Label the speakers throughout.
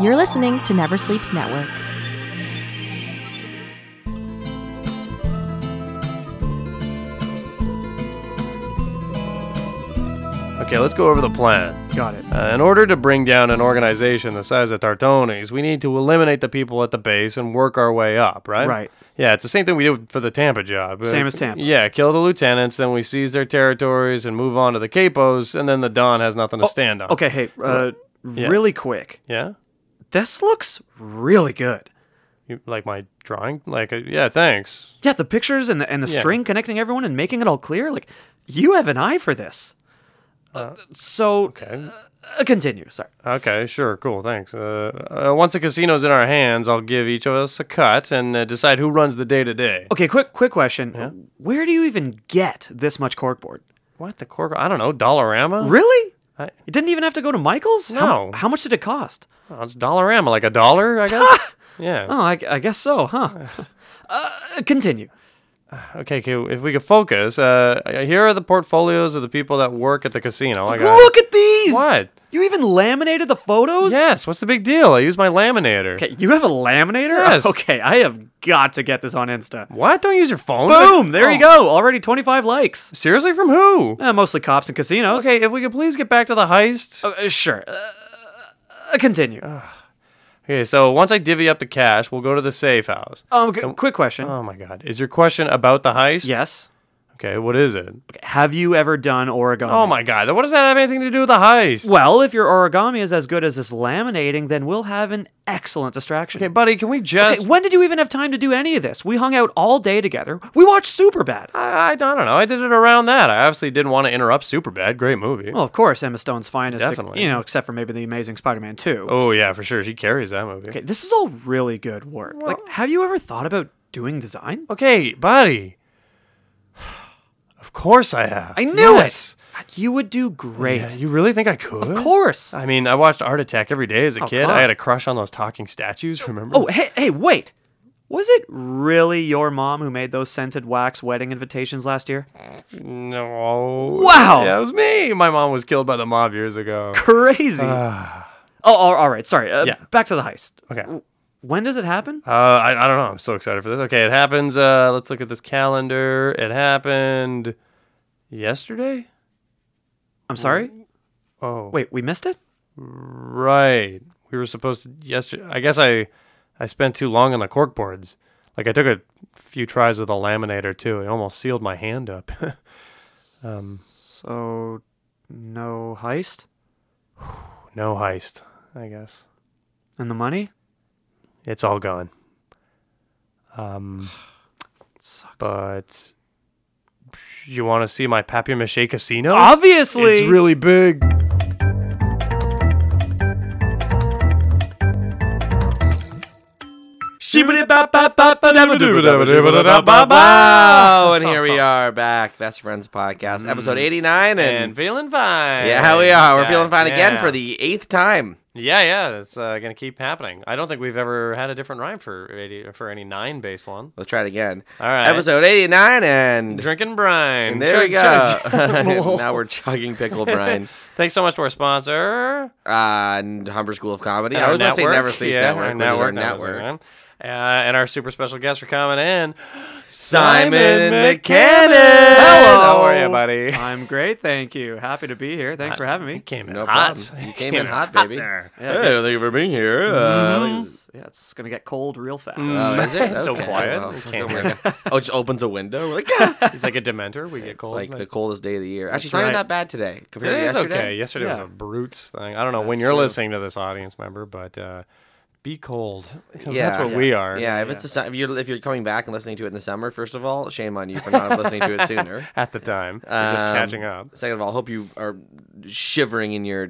Speaker 1: You're listening to Never Sleeps Network.
Speaker 2: Okay, let's go over the plan.
Speaker 3: Got it.
Speaker 2: Uh, in order to bring down an organization the size of Tartoni's, we need to eliminate the people at the base and work our way up, right?
Speaker 3: Right.
Speaker 2: Yeah, it's the same thing we did for the Tampa job. Uh,
Speaker 3: Same as Tampa.
Speaker 2: Yeah, kill the lieutenants, then we seize their territories and move on to the capos, and then the Don has nothing to stand on.
Speaker 3: Oh, Okay, hey, uh, really quick.
Speaker 2: Yeah?
Speaker 3: This looks really good.
Speaker 2: You like my drawing? Like, uh, yeah, thanks.
Speaker 3: Yeah, the pictures and the and the
Speaker 2: Yeah.
Speaker 3: string connecting everyone and making it all clear. Like, you have an eye for this. Uh, so
Speaker 2: Okay.
Speaker 3: uh, continue. Sorry.
Speaker 2: Okay, sure, cool, thanks. Uh, uh, once the casino's in our hands, I'll give each of us a cut and uh, decide who runs the day to day.
Speaker 3: Okay, quick quick question. Where do you even get this much corkboard?
Speaker 2: What the cork? I don't know, Dollarama?
Speaker 3: Really?
Speaker 2: I-
Speaker 3: It didn't even have to go to Michael's. How,
Speaker 2: No.
Speaker 3: how much did it cost?
Speaker 2: Oh, it's Dollarama, like a dollar, I guess? yeah.
Speaker 3: Oh, I, I guess so, huh? uh, continue.
Speaker 2: Okay, okay, if we could focus, uh, here are the portfolios of the people that work at the casino. I got
Speaker 3: Look at these.
Speaker 2: What?
Speaker 3: You even laminated the photos?
Speaker 2: Yes, what's the big deal? I use my laminator.
Speaker 3: Okay, you have a laminator?
Speaker 2: Yes.
Speaker 3: Okay, I have got to get this on Insta.
Speaker 2: What? Don't use your phone?
Speaker 3: Boom! There
Speaker 2: Oh,
Speaker 3: you go. Already 25 likes.
Speaker 2: Seriously, from who?
Speaker 3: Uh, mostly cops and casinos.
Speaker 2: Okay, if we could please get back to the heist.
Speaker 3: Uh, sure. Uh, uh, continue.
Speaker 2: Okay, so once I divvy up the cash, we'll go to the safe house.
Speaker 3: Um, qu- quick question.
Speaker 2: Oh my god. Is your question about the heist?
Speaker 3: yes.
Speaker 2: Okay, what is it?
Speaker 3: Okay. Have you ever done origami?
Speaker 2: Oh my god. What does that have anything to do with the heist?
Speaker 3: Well, if your origami is as good as this laminating, then we'll have an excellent distraction.
Speaker 2: Okay, buddy, can we just
Speaker 3: Okay, when did you even have time to do any of this? We hung out all day together. We watched Superbad.
Speaker 2: I, I, I don't know. I did it around that. I obviously didn't want to interrupt Superbad. Great movie.
Speaker 3: Well, of course, Emma Stone's finest.
Speaker 2: Definitely.
Speaker 3: You know, except for maybe The Amazing Spider-Man 2.
Speaker 2: Oh yeah, for sure. She carries that movie.
Speaker 3: Okay, this is all really good work. like, have you ever thought about doing design?
Speaker 2: Okay, buddy. Of course I have.
Speaker 3: I knew
Speaker 2: Yes.
Speaker 3: it. You would do great.
Speaker 2: Yeah, you really think I could?
Speaker 3: Of course.
Speaker 2: I mean, I watched Art Attack every day as a kid.
Speaker 3: God.
Speaker 2: I had a crush on those talking statues, remember?
Speaker 3: Oh, hey, hey, wait. Was it really your mom who made those scented wax wedding invitations last year?
Speaker 2: no.
Speaker 3: Wow.
Speaker 2: Yeah, it was me. My mom was killed by the mob years ago.
Speaker 3: Crazy. oh, all, all right. Sorry. Uh,
Speaker 2: Yeah.
Speaker 3: Back to the heist.
Speaker 2: Okay.
Speaker 3: When does it happen?
Speaker 2: Uh, I, I don't know. I'm so excited for this. Okay, it happens. Uh, let's look at this calendar. It happened yesterday?
Speaker 3: I'm sorry.
Speaker 2: Oh.
Speaker 3: Wait, we missed it?
Speaker 2: Right. We were supposed to yesterday. I guess I I spent too long on the cork boards. Like I took a few tries with a laminator too. It almost sealed my hand up.
Speaker 3: So, no heist?
Speaker 2: no heist, I guess.
Speaker 3: And the money?
Speaker 2: It's all gone. Um
Speaker 3: sucks.
Speaker 2: but you want to see my papier-mâché casino?
Speaker 3: Obviously.
Speaker 2: It's really big.
Speaker 4: Wow! And here we are back, Best Friends
Speaker 2: Mm.
Speaker 4: Podcast, episode
Speaker 2: And
Speaker 4: 89. And,
Speaker 2: feeling fine.
Speaker 4: yeah, how we are. We're
Speaker 2: Yeah,
Speaker 4: feeling fine again
Speaker 2: yeah.
Speaker 4: for the eighth time.
Speaker 2: Yeah, yeah, that's uh, gonna keep happening. I don't think we've ever had a different rhyme for 80, for any nine based one.
Speaker 4: Let's try it again.
Speaker 2: All right.
Speaker 4: Episode 89. And,
Speaker 2: Drinking brine.
Speaker 4: and there we go.
Speaker 2: Chug, chug.
Speaker 4: now we're chugging pickle brine.
Speaker 2: Thanks so much to our sponsor.
Speaker 4: Uh, and Humber School of Comedy.
Speaker 2: and
Speaker 4: I
Speaker 2: our
Speaker 4: was going to say
Speaker 2: network.
Speaker 4: Never Sleeps
Speaker 2: Yeah,
Speaker 4: Network,
Speaker 2: our
Speaker 4: which is our
Speaker 2: that was
Speaker 4: network.
Speaker 2: our name. Uh, and our super special guest for coming in,
Speaker 4: Simon McKinnon.
Speaker 2: McKinnon. How
Speaker 4: Hello.
Speaker 2: are you, buddy?
Speaker 3: I'm great, thank you. Happy to be here. Thanks for having
Speaker 2: You
Speaker 3: me.
Speaker 2: came in
Speaker 4: No
Speaker 2: hot.
Speaker 4: problem. You came in hot, baby.
Speaker 2: there.
Speaker 4: Hey, thank you for being here. Uh,
Speaker 3: It's- yeah, it's gonna get cold real fast.
Speaker 4: Oh, is it?
Speaker 2: Mm-hmm. So
Speaker 4: Okay.
Speaker 2: quiet.
Speaker 4: Well,
Speaker 2: We
Speaker 4: fuck,
Speaker 2: can't
Speaker 4: oh my God. Oh, it just opens a window. We're like, "Ah!"
Speaker 2: He's like a dementor. We get
Speaker 4: It's
Speaker 2: cold.
Speaker 4: like the coldest day of the year. Actually, it's not
Speaker 3: right.
Speaker 4: even that bad today compared
Speaker 2: Today
Speaker 4: to
Speaker 2: is
Speaker 4: yesterday.
Speaker 2: okay. Yesterday was
Speaker 3: Yeah.
Speaker 2: a brutes thing. I don't know when you're listening to this, audience member, but uh, be cold 'cause that's what we are.
Speaker 4: Yeah, if it's the su- if you're if you're coming back and listening to it in the summer, first of all, shame on you for not listening to it sooner.
Speaker 2: At the time, We're just
Speaker 4: Um,
Speaker 2: catching up.
Speaker 4: Second of all, hope you are shivering in your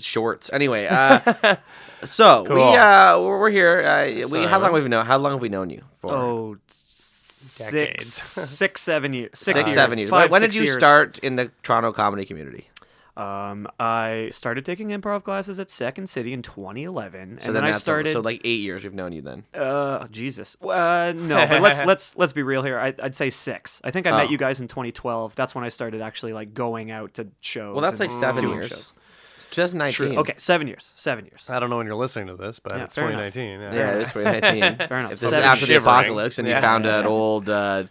Speaker 4: shorts. Anyway, uh, so we
Speaker 2: Cool.
Speaker 4: uh, we're we're here. Uh, we how
Speaker 2: Simon.
Speaker 4: long have we known? How long have we known you for?
Speaker 3: Oh, six,
Speaker 2: Decades.
Speaker 3: six, seven years. Six,
Speaker 4: Six,
Speaker 3: years.
Speaker 4: seven years.
Speaker 3: Five,
Speaker 4: when when did
Speaker 3: six
Speaker 4: you
Speaker 3: years.
Speaker 4: start in the Toronto comedy community?
Speaker 3: Um, I started taking improv classes at Second City in 2011,
Speaker 4: So
Speaker 3: and then, I
Speaker 4: that's a-
Speaker 3: started.
Speaker 4: so like eight years we've known you then.
Speaker 3: uh, Jesus. Uh, no, but let's let's let's be real here. I, I'd say six. I think I
Speaker 4: Oh.
Speaker 3: met you guys in 2012. That's when I started actually like going out to shows.
Speaker 4: Well, that's
Speaker 3: and
Speaker 4: like seven
Speaker 3: doing
Speaker 4: years.
Speaker 3: shows.
Speaker 4: It's 2019.
Speaker 3: Okay, seven years. Seven years.
Speaker 2: I don't know when you're listening to this, but
Speaker 3: Yeah,
Speaker 2: it's
Speaker 3: fair enough.
Speaker 2: 2019. Yeah.
Speaker 4: Yeah, this way 19.
Speaker 3: Fair enough.
Speaker 4: If this is
Speaker 3: Seven
Speaker 4: after the
Speaker 2: shivering.
Speaker 4: apocalypse and you
Speaker 3: Yeah.
Speaker 4: found an old uh,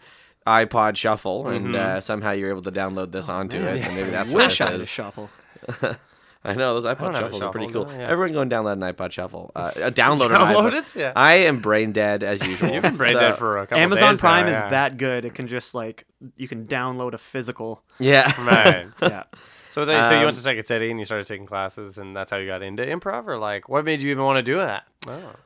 Speaker 4: iPod shuffle and uh, somehow you're able to download this onto it, and maybe that's what
Speaker 3: Wish
Speaker 4: this
Speaker 3: I had a
Speaker 4: is.
Speaker 3: shuffle.
Speaker 4: I know those
Speaker 2: don't
Speaker 4: iPod
Speaker 2: have a
Speaker 4: shuffles are pretty
Speaker 2: shuffle,
Speaker 4: cool.
Speaker 2: no, yeah.
Speaker 4: Everyone go and download an iPod shuffle. Uh, uh, download,
Speaker 2: Download
Speaker 4: an iPod.
Speaker 2: it? Yeah.
Speaker 4: I am brain dead as usual.
Speaker 2: You've been brain
Speaker 4: So-
Speaker 2: dead for a couple of
Speaker 3: Amazon
Speaker 2: days
Speaker 3: Prime
Speaker 2: now,
Speaker 3: is
Speaker 2: yeah.
Speaker 3: that good. It can just like you can download a physical.
Speaker 4: Yeah.
Speaker 2: right.
Speaker 3: Yeah.
Speaker 2: So, then, so you went to Second City and you started taking classes, and that's how you got into improv, or like, what made you even want to do that? Oh.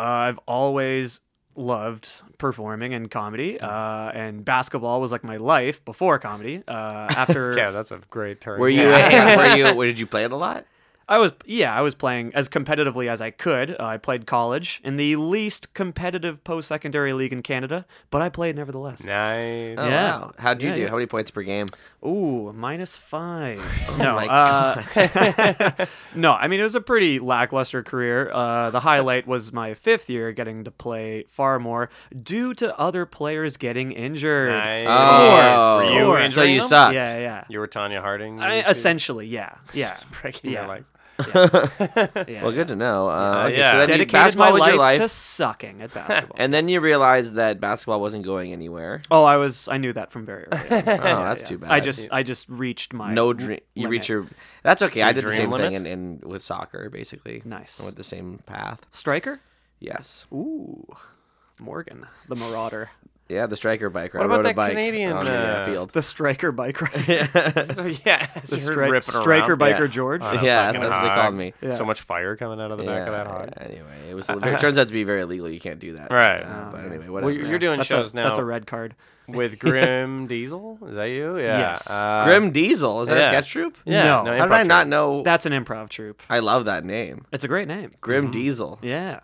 Speaker 3: Uh, I've always loved performing and
Speaker 2: Mm-hmm.
Speaker 3: comedy, uh, and basketball was like my life before comedy. Uh, after
Speaker 2: Yeah, that's a great turn.
Speaker 4: Were you?
Speaker 2: Yeah.
Speaker 4: were you? Where did you play it a lot?
Speaker 3: I was yeah, I was playing as competitively as I could. Uh, I played college in the least competitive post-secondary league in Canada, but I played nevertheless.
Speaker 2: nice?
Speaker 4: Oh,
Speaker 3: Yeah.
Speaker 4: wow. How'd you
Speaker 3: Yeah,
Speaker 4: do?
Speaker 3: yeah.
Speaker 4: How many points per game?
Speaker 3: Ooh, minus five. no,
Speaker 4: Oh my
Speaker 3: uh, no. I mean, it was a pretty lackluster career. Uh, the highlight was my fifth year getting to play far more due to other players getting injured.
Speaker 2: Nice.
Speaker 3: Score,
Speaker 2: Oh,
Speaker 3: score.
Speaker 2: you
Speaker 4: so
Speaker 2: injuring
Speaker 4: you
Speaker 2: them?
Speaker 4: sucked.
Speaker 3: Yeah, yeah.
Speaker 2: You were Tanya Harding.
Speaker 3: I,
Speaker 2: you two?
Speaker 3: essentially, yeah, yeah.
Speaker 2: breaking
Speaker 3: yeah.
Speaker 2: your legs.
Speaker 3: yeah.
Speaker 4: Well, good to know. Uh, okay,
Speaker 2: yeah.
Speaker 4: So then you-
Speaker 3: Dedicated
Speaker 4: basketball
Speaker 3: my
Speaker 4: was
Speaker 3: life,
Speaker 4: your life,
Speaker 3: to sucking at basketball.
Speaker 4: and then you realized that basketball wasn't going anywhere.
Speaker 3: oh, I was I knew that from very early. on.
Speaker 4: Oh, that's too bad.
Speaker 3: I just I just reached my
Speaker 4: no dream. You
Speaker 3: limit.
Speaker 4: reach your. That's okay. I did the
Speaker 2: dream
Speaker 4: same
Speaker 2: limit?
Speaker 4: thing in, in with soccer, basically.
Speaker 3: Nice.
Speaker 4: I went the same path.
Speaker 3: striker.
Speaker 4: Yes.
Speaker 3: Ooh, Morgan, the Marauder,
Speaker 4: Yeah, the striker bike. Right?
Speaker 2: What
Speaker 4: I
Speaker 2: about
Speaker 4: rode a
Speaker 2: that
Speaker 4: bike
Speaker 2: Canadian,
Speaker 4: on the
Speaker 2: uh,
Speaker 4: uh, field.
Speaker 3: the striker bike ride.
Speaker 2: So, yeah,
Speaker 3: the
Speaker 2: you heard
Speaker 3: stri-
Speaker 2: ripping around.
Speaker 3: striker biker
Speaker 4: Yeah.
Speaker 3: George.
Speaker 2: Uh,
Speaker 4: yeah,
Speaker 2: fucking
Speaker 4: that's what they
Speaker 2: hog.
Speaker 4: called me.
Speaker 3: Yeah.
Speaker 2: So much fire coming out of the back of that hog.
Speaker 4: yeah, Anyway, it was. It turns out to be very illegal. You can't do that.
Speaker 2: Right.
Speaker 4: Uh, but
Speaker 3: Oh,
Speaker 4: anyway, whatever.
Speaker 2: Well, you're you're doing
Speaker 3: that's
Speaker 2: shows
Speaker 3: a,
Speaker 2: now
Speaker 3: That's a red card.
Speaker 2: with Grim Diesel. Is that you? Yeah.
Speaker 3: Yes.
Speaker 2: Uh,
Speaker 4: Grim Diesel. Is that
Speaker 2: yeah.
Speaker 4: a sketch troupe?
Speaker 2: Yeah.
Speaker 3: No.
Speaker 4: How did I
Speaker 2: improv
Speaker 4: not
Speaker 2: troupe.
Speaker 4: know?
Speaker 3: That's an improv troupe.
Speaker 4: I love that name,
Speaker 3: It's a great name.
Speaker 4: Grim
Speaker 2: Mm-hmm.
Speaker 4: Diesel.
Speaker 3: Yeah.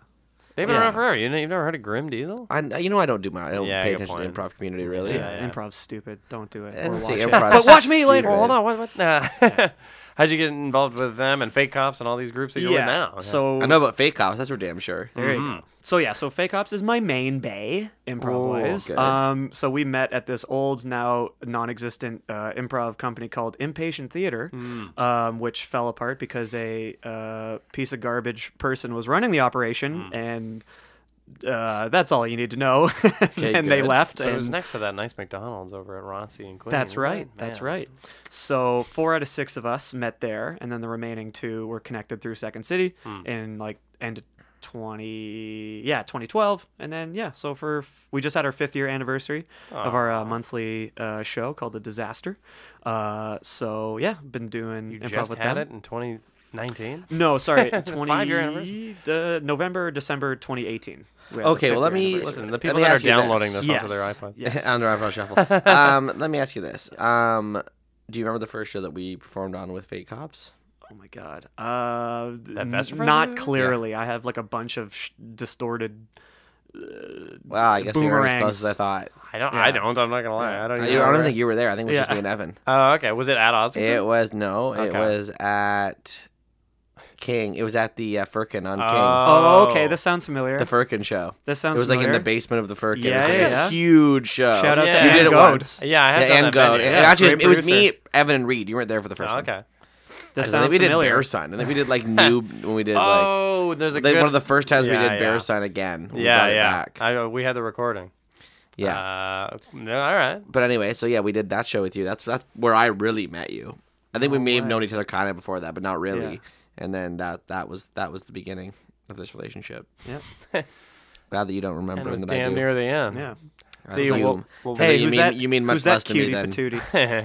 Speaker 2: They've been
Speaker 3: Yeah.
Speaker 2: around forever. You know, you've never heard of Grim Diesel?
Speaker 4: I, you know, I don't do my. I don't
Speaker 2: Yeah,
Speaker 4: pay
Speaker 2: good
Speaker 4: attention to
Speaker 2: point.
Speaker 4: the improv community really.
Speaker 2: Yeah, yeah.
Speaker 3: Improv's stupid. Don't do it. Or
Speaker 4: I didn't
Speaker 3: watch
Speaker 4: say
Speaker 3: it.
Speaker 4: improv
Speaker 3: But
Speaker 4: is
Speaker 3: watch me later.
Speaker 4: stupid.
Speaker 2: Hold on. What? what? Nah. How'd you get involved with them and Fake Cops and all these groups that you're
Speaker 3: Yeah.
Speaker 2: with now?
Speaker 3: So
Speaker 4: I know about fake cops. That's for damn sure.
Speaker 3: There you go. Mm-hmm. So yeah, so Fake Ops is my main bay improv wise.
Speaker 4: good.
Speaker 3: Um, so we met at this old, now non-existent uh, improv company called Impatient Theater, um, which fell apart because a uh, piece of garbage person was running the operation, and uh, that's all you need to know. and they
Speaker 4: good.
Speaker 3: left,
Speaker 2: But it was
Speaker 3: and
Speaker 2: next to that nice McDonald's over at Ronsey and Queen.
Speaker 3: that's right. That's right. So four out of six of us met there, and then the remaining two were connected through Second City
Speaker 2: Hmm.
Speaker 3: in like end of twenty yeah twenty twelve, and then yeah. So for f- we just had our fifth year anniversary of our uh, monthly uh, show called The Disaster. Uh, so yeah, been doing
Speaker 2: You
Speaker 3: improv
Speaker 2: just
Speaker 3: with
Speaker 2: had
Speaker 3: them.
Speaker 2: it in 2019.
Speaker 4: Mm.
Speaker 3: No, sorry,
Speaker 2: Five-year
Speaker 3: twenty uh, November December twenty eighteen.
Speaker 4: Okay, well, let me-
Speaker 2: Listen, the
Speaker 4: Let
Speaker 2: people
Speaker 4: me
Speaker 2: that are
Speaker 4: ask you this.
Speaker 2: downloading this, onto their
Speaker 3: Yes.
Speaker 2: iPod.
Speaker 3: Yes.
Speaker 4: on the Raphael Shuffle. um, let me ask you this. Um, do you remember the first show that we performed on with Fake Cops?
Speaker 3: Oh my god. Uh, th-
Speaker 2: That Vesper
Speaker 3: n- Not
Speaker 2: Festival?
Speaker 3: clearly. I have like a bunch of sh- distorted.
Speaker 4: Wow, I guess we were as
Speaker 3: Boomerangs.
Speaker 4: close as I thought.
Speaker 2: I don't.
Speaker 3: Yeah.
Speaker 2: I don't. I'm not gonna lie. I don't.
Speaker 4: I
Speaker 2: Even
Speaker 4: don't, I
Speaker 2: remember
Speaker 4: don't
Speaker 2: it.
Speaker 4: think you were there. I think it was just
Speaker 3: Yeah.
Speaker 4: me and Evan.
Speaker 2: Oh, okay. Was it at Ossington?
Speaker 4: It was no. It
Speaker 2: Okay.
Speaker 4: was at King. It was at the uh, Firkin on
Speaker 2: Oh.
Speaker 3: Oh, okay. This sounds familiar.
Speaker 4: King. The Firkin show.
Speaker 3: this sounds.
Speaker 4: It was like in the
Speaker 3: familiar.
Speaker 4: basement of the Firkin.
Speaker 3: Yeah,
Speaker 4: it was like
Speaker 3: yeah,
Speaker 4: a
Speaker 3: yeah.
Speaker 4: huge show.
Speaker 3: Shout out
Speaker 2: Yeah.
Speaker 3: to
Speaker 4: you did
Speaker 3: Ann
Speaker 4: it
Speaker 3: Goad.
Speaker 4: once.
Speaker 2: Yeah, I have
Speaker 4: yeah,
Speaker 2: done
Speaker 4: and
Speaker 2: that
Speaker 4: Goad.
Speaker 2: venue.
Speaker 4: It-
Speaker 2: Yeah,
Speaker 4: Actually, it
Speaker 2: great
Speaker 4: was me,
Speaker 2: producer.
Speaker 4: Evan, and Reed. You weren't there for the first
Speaker 2: Oh,
Speaker 4: one.
Speaker 2: okay.
Speaker 3: This
Speaker 4: I think
Speaker 3: sounds
Speaker 4: we did
Speaker 3: familiar.
Speaker 4: Bear Sign. I think we did like noob when we did like
Speaker 2: oh, there's a
Speaker 4: They-
Speaker 2: good,
Speaker 4: one of the first times we
Speaker 2: Yeah,
Speaker 4: did
Speaker 2: yeah.
Speaker 4: Bear Sign again. We
Speaker 2: Yeah,
Speaker 4: brought it
Speaker 2: yeah.
Speaker 4: back.
Speaker 2: I, uh, we had the recording.
Speaker 4: yeah.
Speaker 2: Uh, no, all right.
Speaker 4: but anyway, so yeah, we did that show with you. That's that's where I really met you. I
Speaker 2: Oh,
Speaker 4: think we may have known each other kind of before that, but not really.
Speaker 3: Yeah.
Speaker 4: And then that that was that was the beginning of this relationship.
Speaker 3: Yep.
Speaker 4: Glad that you don't
Speaker 2: And
Speaker 4: remember
Speaker 2: it was
Speaker 4: and that I
Speaker 2: damn
Speaker 4: do.
Speaker 2: near the end.
Speaker 3: Yeah.
Speaker 4: I
Speaker 2: the-
Speaker 4: was like,
Speaker 2: well-
Speaker 4: um,
Speaker 2: well,
Speaker 4: hey,
Speaker 3: Hey,
Speaker 4: you
Speaker 3: who's
Speaker 4: mean
Speaker 3: that?
Speaker 4: you mean much
Speaker 3: who's
Speaker 4: less
Speaker 3: that
Speaker 4: to me
Speaker 3: cutie
Speaker 4: than
Speaker 3: patootie?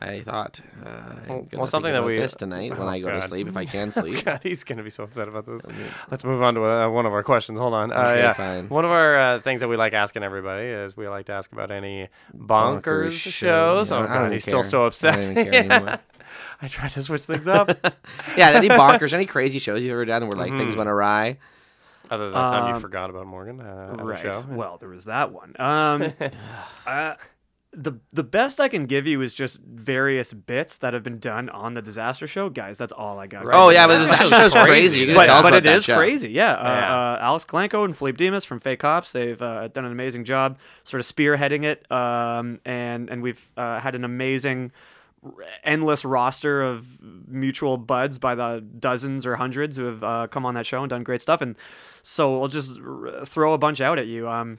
Speaker 4: I thought. Uh, I'm gonna
Speaker 2: well,
Speaker 4: think
Speaker 2: something that
Speaker 4: about
Speaker 2: we- Oh,
Speaker 4: this tonight when I go to
Speaker 2: God.
Speaker 4: sleep if I can sleep.
Speaker 2: God, he's gonna be so upset about this. Let's move on to uh, one of our questions. Hold on. Uh,
Speaker 4: Okay,
Speaker 2: yeah.
Speaker 4: fine.
Speaker 2: One of our uh, things that we like asking everybody is we like to ask about any bonkers,
Speaker 4: Bonkers
Speaker 2: shows.
Speaker 4: Yeah,
Speaker 2: Oh
Speaker 4: I don't
Speaker 2: God,
Speaker 4: even
Speaker 2: he's
Speaker 4: care.
Speaker 2: still so
Speaker 4: I
Speaker 2: upset.
Speaker 4: don't even care anymore.
Speaker 2: I tried to switch things up.
Speaker 4: yeah, any bonkers, any crazy shows you've ever done where like
Speaker 2: Mm.
Speaker 4: things went awry?
Speaker 2: Other than that time you
Speaker 3: Um,
Speaker 2: forgot about Morgan uh, at
Speaker 3: Right.
Speaker 2: the show.
Speaker 3: Well, there was that one. Um, uh, the the best I can give you is just various bits that have been done on the disaster show, guys. That's all I got.
Speaker 2: Right.
Speaker 4: Oh yeah, but
Speaker 2: That
Speaker 4: that
Speaker 2: show's
Speaker 4: show's
Speaker 2: crazy,
Speaker 4: crazy. You
Speaker 2: dude.
Speaker 4: can
Speaker 2: But-
Speaker 4: tell us
Speaker 3: but
Speaker 4: about
Speaker 3: it
Speaker 4: that
Speaker 3: is
Speaker 4: show.
Speaker 3: crazy. Yeah. Uh,
Speaker 2: Yeah.
Speaker 3: Uh, Alex Glanko and Philippe Demas from Fake Cops, they've uh, done an amazing job sort of spearheading it. Um, and, and we've uh, had an amazing endless roster of mutual buds by the dozens or hundreds who have uh, come on that show and done great stuff. And so I'll just r- throw a bunch out at you. Um,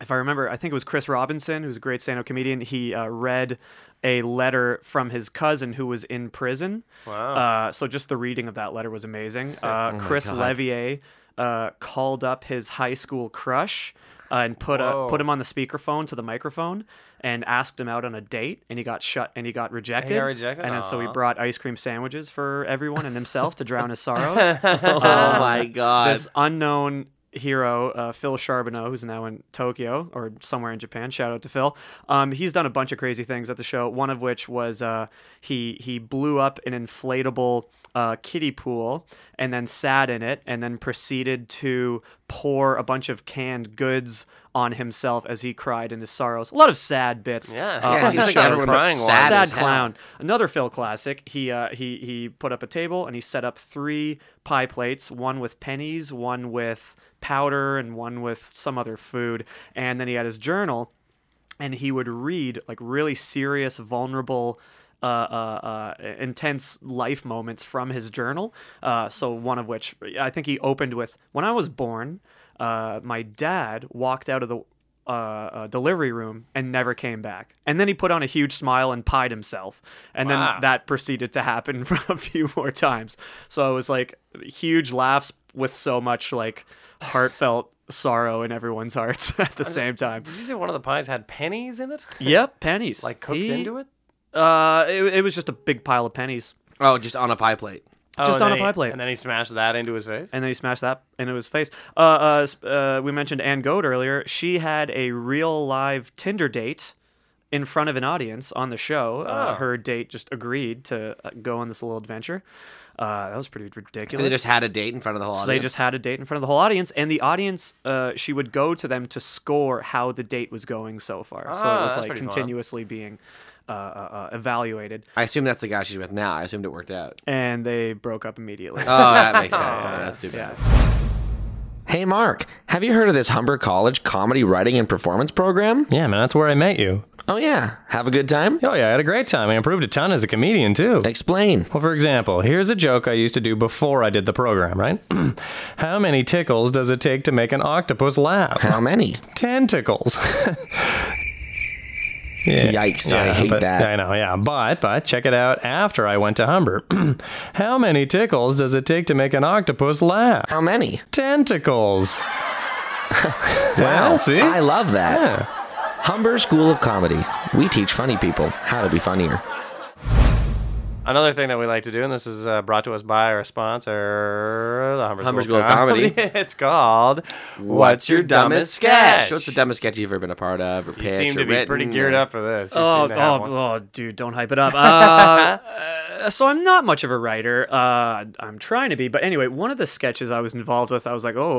Speaker 3: if I remember, I think it was Chris Robinson, who's a great stand-up comedian. He uh, read a letter from his cousin who was in prison.
Speaker 2: Wow. Oh
Speaker 3: Uh, so just the reading of that letter was amazing. Uh, Chris Levier uh, called up his high school crush uh, and put a,
Speaker 2: Whoa.
Speaker 3: put him on the speakerphone to the microphone and asked him out on a date, and he got shut and he got rejected.
Speaker 2: rejected?
Speaker 3: And then, so he
Speaker 2: Aw.
Speaker 3: brought ice cream sandwiches for everyone and himself to drown his sorrows.
Speaker 4: Oh
Speaker 2: Uh,
Speaker 4: my god.
Speaker 3: this unknown hero, uh, Phil Charbonneau, who's now in Tokyo or somewhere in Japan. Shout out to Phil. Um, he's done a bunch of crazy things at the show. One of which was uh, he he blew up an inflatable. Uh, kiddie pool and then sat in it and then proceeded to pour a bunch of canned goods on himself as he cried in his sorrows a lot of sad bits
Speaker 2: Yeah.
Speaker 3: uh,
Speaker 2: Yeah,
Speaker 3: on
Speaker 2: it
Speaker 3: the
Speaker 2: seems like
Speaker 3: show.
Speaker 2: everyone's crying
Speaker 4: sad
Speaker 3: sad
Speaker 4: as hell.
Speaker 3: clown down. Another Phil classic. He uh, he he put up a table and he set up three pie plates, one with pennies, one with powder, and one with some other food. And then he had his journal, and he would read like really serious, vulnerable. Uh, uh, uh, intense life moments from his journal. Uh, so one of which I think he opened with, "When I was born, uh, my dad walked out of the uh, uh, delivery room and never came back. And then he put on a huge smile and pied himself. And
Speaker 2: Wow.
Speaker 3: then that proceeded to happen for a few more times. So it was like huge laughs with so much like heartfelt sorrow in everyone's hearts at the same time.
Speaker 2: Did you say one of the pies had pennies in it?
Speaker 3: Yep, pennies.
Speaker 2: Like cooked
Speaker 3: He-
Speaker 2: into it?
Speaker 3: Uh, it, it was just a big pile of pennies.
Speaker 4: oh, just on a pie plate.
Speaker 2: Oh,
Speaker 3: Just
Speaker 2: and
Speaker 3: on
Speaker 2: then
Speaker 3: a
Speaker 2: he-
Speaker 3: pie plate.
Speaker 2: And then he smashed that into his face.
Speaker 3: and then he smashed that into his face. Uh, uh, sp- uh, we mentioned Anne Goad earlier. She had a real live Tinder date in front of an audience on the show. Uh,
Speaker 2: Oh.
Speaker 3: her date just agreed to uh, go on this little adventure. Uh, that was pretty
Speaker 4: So
Speaker 3: ridiculous.
Speaker 4: they just had a date in front of the whole
Speaker 3: So
Speaker 4: audience.
Speaker 3: they just had a date in front of the whole audience, and the audience, uh, she would go to them to score how the date was going so far. so
Speaker 2: Ah,
Speaker 3: it was
Speaker 2: that's
Speaker 3: like
Speaker 2: pretty fun.
Speaker 3: continuously being uh, uh, uh, evaluated,
Speaker 4: I assume that's the guy she's with now. I assumed it worked out.
Speaker 3: and they broke up immediately.
Speaker 4: Oh, that makes sense. Oh, that's too bad. Hey, Mark, have you heard of this Humber College comedy writing and performance program?
Speaker 2: yeah, man, that's where I met you.
Speaker 4: Oh, yeah. Have a good time?
Speaker 2: Oh, yeah, I had a great time. I improved a ton as a comedian, too.
Speaker 4: Explain.
Speaker 2: Well, for example, here's a joke I used to do before I did the program, right? How many tickles does it take to make an octopus laugh?
Speaker 4: How many?
Speaker 2: Ten tickles. yeah.
Speaker 4: Yikes, I hate
Speaker 2: but-
Speaker 4: that.
Speaker 2: I know, yeah. But, but, check it out after I went to Humber. How many tickles does it take to make an octopus laugh?
Speaker 4: How many?
Speaker 2: Tentacles. wow. See?
Speaker 4: I love that.
Speaker 2: Yeah.
Speaker 4: Humber School of Comedy. We teach funny people how to be funnier.
Speaker 2: Another thing that we like to do, and this is uh, brought to us by our sponsor, the Humber,
Speaker 4: Humber
Speaker 2: School of
Speaker 4: School of
Speaker 2: Comedy. it's called
Speaker 4: What's the dumbest sketch you've ever been a part of? Or
Speaker 2: You seem to be pretty geared up for this. You
Speaker 3: Oh,
Speaker 2: seem to have
Speaker 3: oh,
Speaker 2: one.
Speaker 3: oh, dude, don't hype it up. Uh, uh, so I'm not much of a writer. Uh, I'm trying to be, but anyway, one of the sketches I was involved with, I was like, oh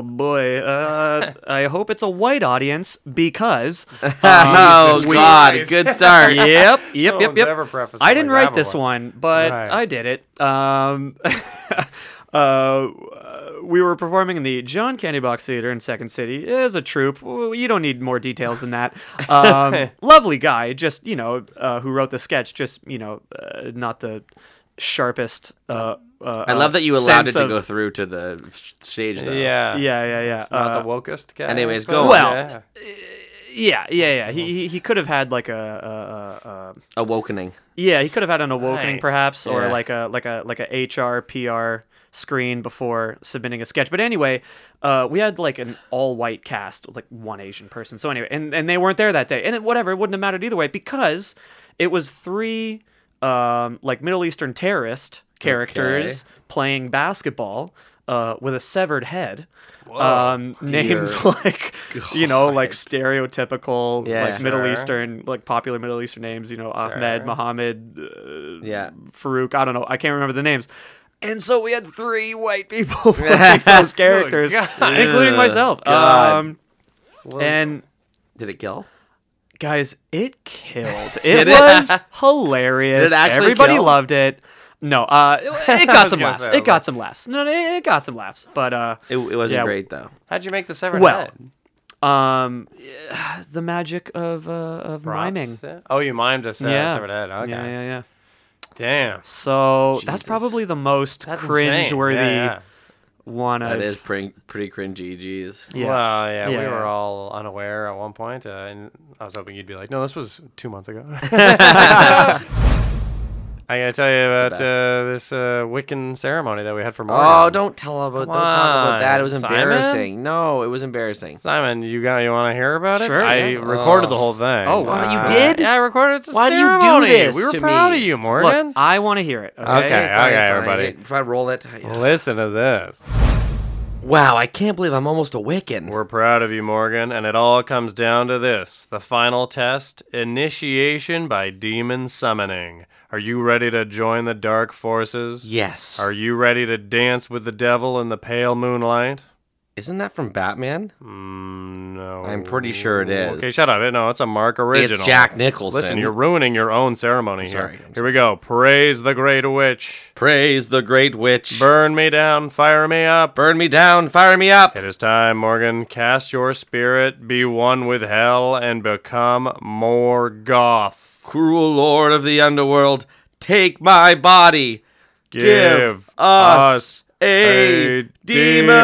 Speaker 3: boy, uh, I hope it's a white audience because.
Speaker 4: Oh,
Speaker 2: Jesus
Speaker 4: God.
Speaker 2: Christ.
Speaker 4: Good start.
Speaker 3: Yep, yep,
Speaker 2: No
Speaker 3: yep,
Speaker 2: one's
Speaker 3: yep.
Speaker 2: ever prefaced
Speaker 3: I
Speaker 2: it
Speaker 3: didn't
Speaker 2: like
Speaker 3: write
Speaker 2: that
Speaker 3: this
Speaker 2: before.
Speaker 3: one, but
Speaker 2: Right.
Speaker 3: I did it. Um, uh, we were performing in the John Candy Box Theater in Second City. As a troupe, Well, you don't need more details than that. Um, lovely guy, just you know, uh, who wrote the sketch. Just you know, uh, not the sharpest. Uh, uh,
Speaker 4: I love that you
Speaker 3: uh,
Speaker 4: allowed
Speaker 3: sense
Speaker 4: it to
Speaker 3: of-
Speaker 4: go through to the f- stage, though.
Speaker 2: yeah,
Speaker 3: Yeah, yeah, yeah.
Speaker 2: Not
Speaker 3: Uh,
Speaker 2: the wokest guy.
Speaker 4: anyways,
Speaker 2: but-
Speaker 4: go on.
Speaker 3: Well,
Speaker 2: yeah.
Speaker 3: yeah, yeah, yeah. He he, he could have had like a. a, a, a
Speaker 4: Awakening.
Speaker 3: Yeah, he could have had an awakening
Speaker 2: Nice.
Speaker 3: perhaps, or
Speaker 4: Yeah.
Speaker 3: like a like a like a HR PR screen before submitting a sketch. But anyway, uh, we had like an all white cast, with, like one Asian person. So anyway, and and they weren't there that day, and it, whatever, it wouldn't have mattered either way because it was three um, like Middle Eastern terrorist characters playing basketball. Uh, with a severed head, um, names like you know, like stereotypical
Speaker 4: Yeah.
Speaker 3: like Middle
Speaker 2: Sure.
Speaker 3: Eastern, like popular Middle Eastern names, you know, Ahmed,
Speaker 2: Sure.
Speaker 3: Mohammed, uh,
Speaker 4: Yeah.
Speaker 3: Farouk. I don't know. I can't remember the names. And so we had three white people playing those characters,
Speaker 2: Oh, God.
Speaker 3: including
Speaker 4: Ugh,
Speaker 3: myself.
Speaker 4: God.
Speaker 3: Um, and
Speaker 4: Did it kill?
Speaker 3: guys, it killed. It
Speaker 4: Did it?
Speaker 3: was hilarious.
Speaker 4: Did it actually
Speaker 3: Everybody
Speaker 4: kill?
Speaker 3: loved it. No, uh, it, it got some
Speaker 2: gonna
Speaker 3: laughs.
Speaker 2: say, I
Speaker 3: it
Speaker 2: was
Speaker 3: got
Speaker 2: like-
Speaker 3: some laughs. No, no, it it got some laughs. But uh,
Speaker 4: It, it wasn't
Speaker 3: Yeah.
Speaker 4: great, though.
Speaker 2: How'd you make the severed
Speaker 3: Well,
Speaker 2: head?
Speaker 3: um, the magic of uh, of
Speaker 2: Props?
Speaker 3: miming.
Speaker 2: Yeah. Oh, you mimed a se-
Speaker 3: yeah.
Speaker 2: severed head. Okay.
Speaker 3: Yeah, yeah, yeah.
Speaker 2: Damn.
Speaker 3: So
Speaker 4: Jesus.
Speaker 3: that's probably the most
Speaker 2: That's insane.
Speaker 3: cringe-worthy
Speaker 2: Yeah,
Speaker 3: one.
Speaker 4: That
Speaker 3: I've,
Speaker 4: is pretty, pretty cringy, geez.
Speaker 2: yeah.
Speaker 3: Yeah.
Speaker 2: Well, yeah, we
Speaker 3: Yeah.
Speaker 2: were all unaware at one point, uh, and I was hoping you'd be like, "No, this was two months ago." I gotta tell you
Speaker 4: It's
Speaker 2: about
Speaker 4: the
Speaker 2: uh, this
Speaker 4: best.
Speaker 2: uh, Wiccan ceremony that we had for Morgan.
Speaker 4: Oh, don't tell about, don't talk about that. It was
Speaker 2: Simon?
Speaker 4: embarrassing. No, it was embarrassing.
Speaker 2: Simon, you got you want to hear about it?
Speaker 3: Sure,
Speaker 2: I
Speaker 3: yeah.
Speaker 2: recorded
Speaker 4: Oh.
Speaker 2: the whole thing.
Speaker 3: Oh, wow.
Speaker 4: You
Speaker 2: Uh,
Speaker 4: did?
Speaker 2: Yeah, I recorded. It's a
Speaker 4: Why do you do
Speaker 2: ceremony.
Speaker 4: this
Speaker 2: We were
Speaker 4: to
Speaker 2: proud
Speaker 4: me?
Speaker 2: of you, Morgan.
Speaker 3: Look, I want to hear it. Okay.
Speaker 2: Okay. everybody.
Speaker 4: If I roll it,
Speaker 2: Listen to this.
Speaker 4: wow, I can't believe I'm almost a Wiccan.
Speaker 2: We're proud of you, Morgan, and it all comes down to this the final test initiation by demon summoning. Are you ready to join the dark forces?
Speaker 4: yes.
Speaker 2: Are you ready to dance with the devil in the pale moonlight?
Speaker 4: Isn't that from Batman?
Speaker 2: Mm, no.
Speaker 4: I'm pretty sure it is.
Speaker 2: Okay, shut up. No, it's a Mark original.
Speaker 4: It's Jack Nicholson.
Speaker 2: Listen, you're ruining your own ceremony here.
Speaker 4: sorry, I'm
Speaker 2: Here we go. Praise the great witch.
Speaker 4: praise the great witch.
Speaker 2: Burn me down, fire me up.
Speaker 4: Burn me down, fire me up.
Speaker 2: It is time, Morgan. Cast your spirit, be one with hell, and become more goth.
Speaker 4: Cruel lord of the underworld, take my body.
Speaker 2: Give,
Speaker 4: us a demon.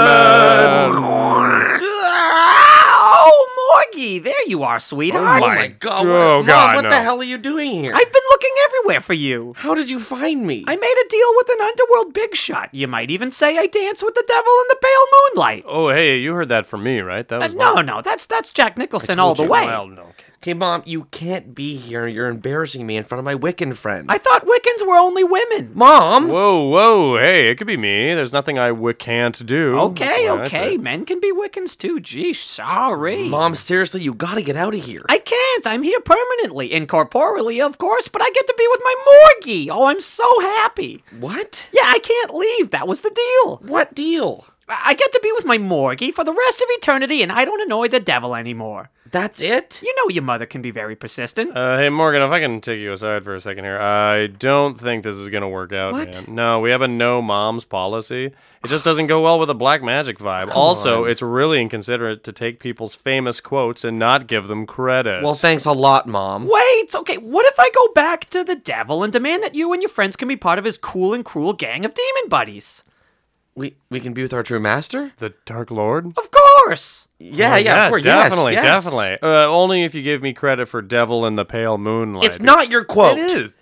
Speaker 5: Oh, Morgy, there you are,
Speaker 4: Oh
Speaker 5: sweetheart.
Speaker 4: my
Speaker 2: Oh,
Speaker 4: god. what, Mom,
Speaker 2: God,
Speaker 4: what
Speaker 2: no.
Speaker 4: the hell are you doing here?
Speaker 5: I've been looking everywhere for you.
Speaker 4: How did you find me?
Speaker 5: I made a deal with an underworld big shot. You might even say I dance with the devil in the pale moonlight.
Speaker 2: Oh, hey, you heard that from me, right? Oh, That
Speaker 5: Uh,
Speaker 2: was
Speaker 5: no, no, that's that's Jack Nicholson all the
Speaker 4: you,
Speaker 5: way.
Speaker 2: Well, no. okay.
Speaker 4: Okay, Mom, you can't be here. You're embarrassing me in front of my Wiccan friend.
Speaker 5: I thought Wiccans were only women.
Speaker 4: Mom!
Speaker 2: Whoa, whoa, hey, it could be me. There's nothing I w- can't do.
Speaker 5: Okay,
Speaker 2: Well, that's
Speaker 5: okay,
Speaker 2: it.
Speaker 5: men can be Wiccans too. Gee, sorry.
Speaker 4: Mom, seriously, you gotta get out of here.
Speaker 5: I can't. I'm here permanently, incorporeally, of course, but I get to be with my Morgy. Oh, I'm so happy.
Speaker 4: what?
Speaker 5: Yeah, I can't leave. That was the deal.
Speaker 4: What deal?
Speaker 5: I I get to be with my Morgy for the rest of eternity, and I don't annoy the devil anymore.
Speaker 4: That's it?
Speaker 5: You know your mother can be very persistent.
Speaker 2: Uh, hey, Morgan, if I can take you aside for a second here, I don't think this is going to work out,
Speaker 4: What?
Speaker 2: man. No, we have a no moms policy. It just doesn't go well with a black magic vibe. also, it's really inconsiderate to take people's famous quotes and not give them credit.
Speaker 4: Well, thanks a lot, Mom.
Speaker 5: Wait, okay, what if I go back to the devil and demand that you and your friends can be part of his cool and cruel gang of demon buddies?
Speaker 4: We we can be with our true master?
Speaker 2: the Dark Lord?
Speaker 5: Of course!
Speaker 4: Oh, Yeah, yeah, of course. yes,
Speaker 2: definitely,
Speaker 4: yes.
Speaker 2: definitely. Uh, only if you give me credit for Devil in the Pale Moonlight.
Speaker 4: It's not your quote.
Speaker 2: It is.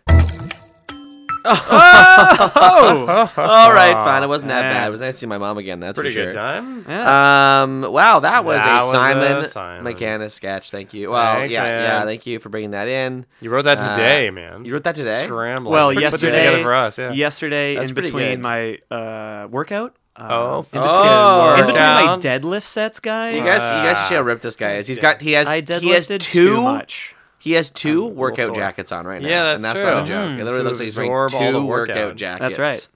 Speaker 5: Oh,
Speaker 4: All right, fine. It wasn't that bad. It was nice to see my mom again. That's
Speaker 2: Pretty
Speaker 4: for sure.
Speaker 2: good time.
Speaker 4: Um. Wow, that was
Speaker 2: That
Speaker 4: a
Speaker 2: was a
Speaker 4: Simon,
Speaker 2: Simon.
Speaker 4: McAnnis sketch. Thank you. Well,
Speaker 2: Thanks,
Speaker 4: yeah, yeah.
Speaker 2: man.
Speaker 4: Thank you for bringing that in.
Speaker 2: You wrote that
Speaker 4: Uh,
Speaker 2: today, man.
Speaker 4: you wrote that today?
Speaker 2: Scrambling.
Speaker 3: Well,
Speaker 2: Put-
Speaker 3: yesterday,
Speaker 2: Put this together for us, yeah.
Speaker 3: yesterday
Speaker 4: That's
Speaker 3: in
Speaker 4: pretty
Speaker 3: between
Speaker 4: good.
Speaker 3: my uh, workout, uh,
Speaker 2: Oh,
Speaker 3: in between,
Speaker 4: Oh.
Speaker 3: in between my
Speaker 2: Workout.
Speaker 3: deadlift sets, guys.
Speaker 4: You guys,
Speaker 2: Uh,
Speaker 4: you guys should see how ripped this guy is. He's got. He has.
Speaker 3: I
Speaker 4: he has two.
Speaker 3: deadlifted too much.
Speaker 4: He has two
Speaker 2: little
Speaker 4: workout
Speaker 2: sore.
Speaker 4: jackets on right now.
Speaker 2: Yeah, that's
Speaker 4: and that's
Speaker 2: true.
Speaker 4: not a joke. It literally
Speaker 2: Hmm. To
Speaker 4: looks like he's wearing
Speaker 2: absorb all the
Speaker 4: two
Speaker 2: workout.
Speaker 4: workout jackets.
Speaker 3: That's right.